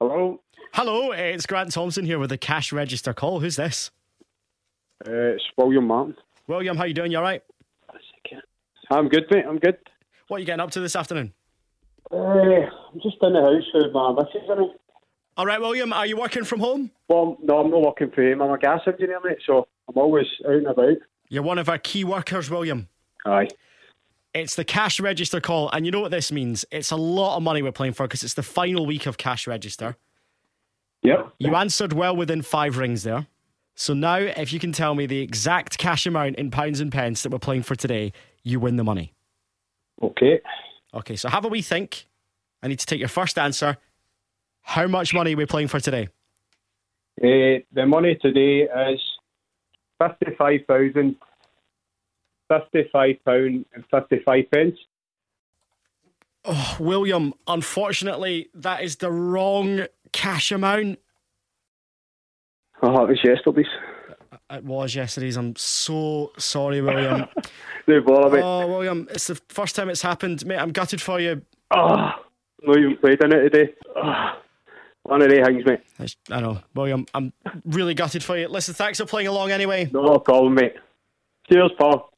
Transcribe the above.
Hello, Hello, it's Grant Thompson here with a cash register call. Who's this? uh, it's William Martin. William, how you doing? You all right? I'm good, mate. I'm good. What are you getting up to this afternoon? Uh, I'm just in the house with my missus. I mean. All right, William, are you working from home? Well, no, I'm not working for him. I'm a gas engineer, mate, so I'm always out and about. You're one of our key workers, William. Aye. It's the cash register call, and you know what this means. It's a lot of money we're playing for because it's the final week of cash register. Yep. You answered well within five rings there. So now, if you can tell me the exact cash amount in pounds and pence that we're playing for today, you win the money. Okay. Okay, so have a wee think. I need to take your first answer. How much money are we playing for today? Uh, the money today is fifty-five thousand, fifty-five pound and fifty-five pence. William, unfortunately, that is the wrong cash amount. Oh, that was yesterday's. It was yesterday's. I'm so sorry, William. No bother, mate. oh, William, it's the first time it's happened. Mate, I'm gutted for you. Oh, no, you played in it today. Oh, one of the things, mate. I s- I know, William, I'm really gutted for you. Listen, thanks for playing along anyway. No problem, mate. Cheers, Paul.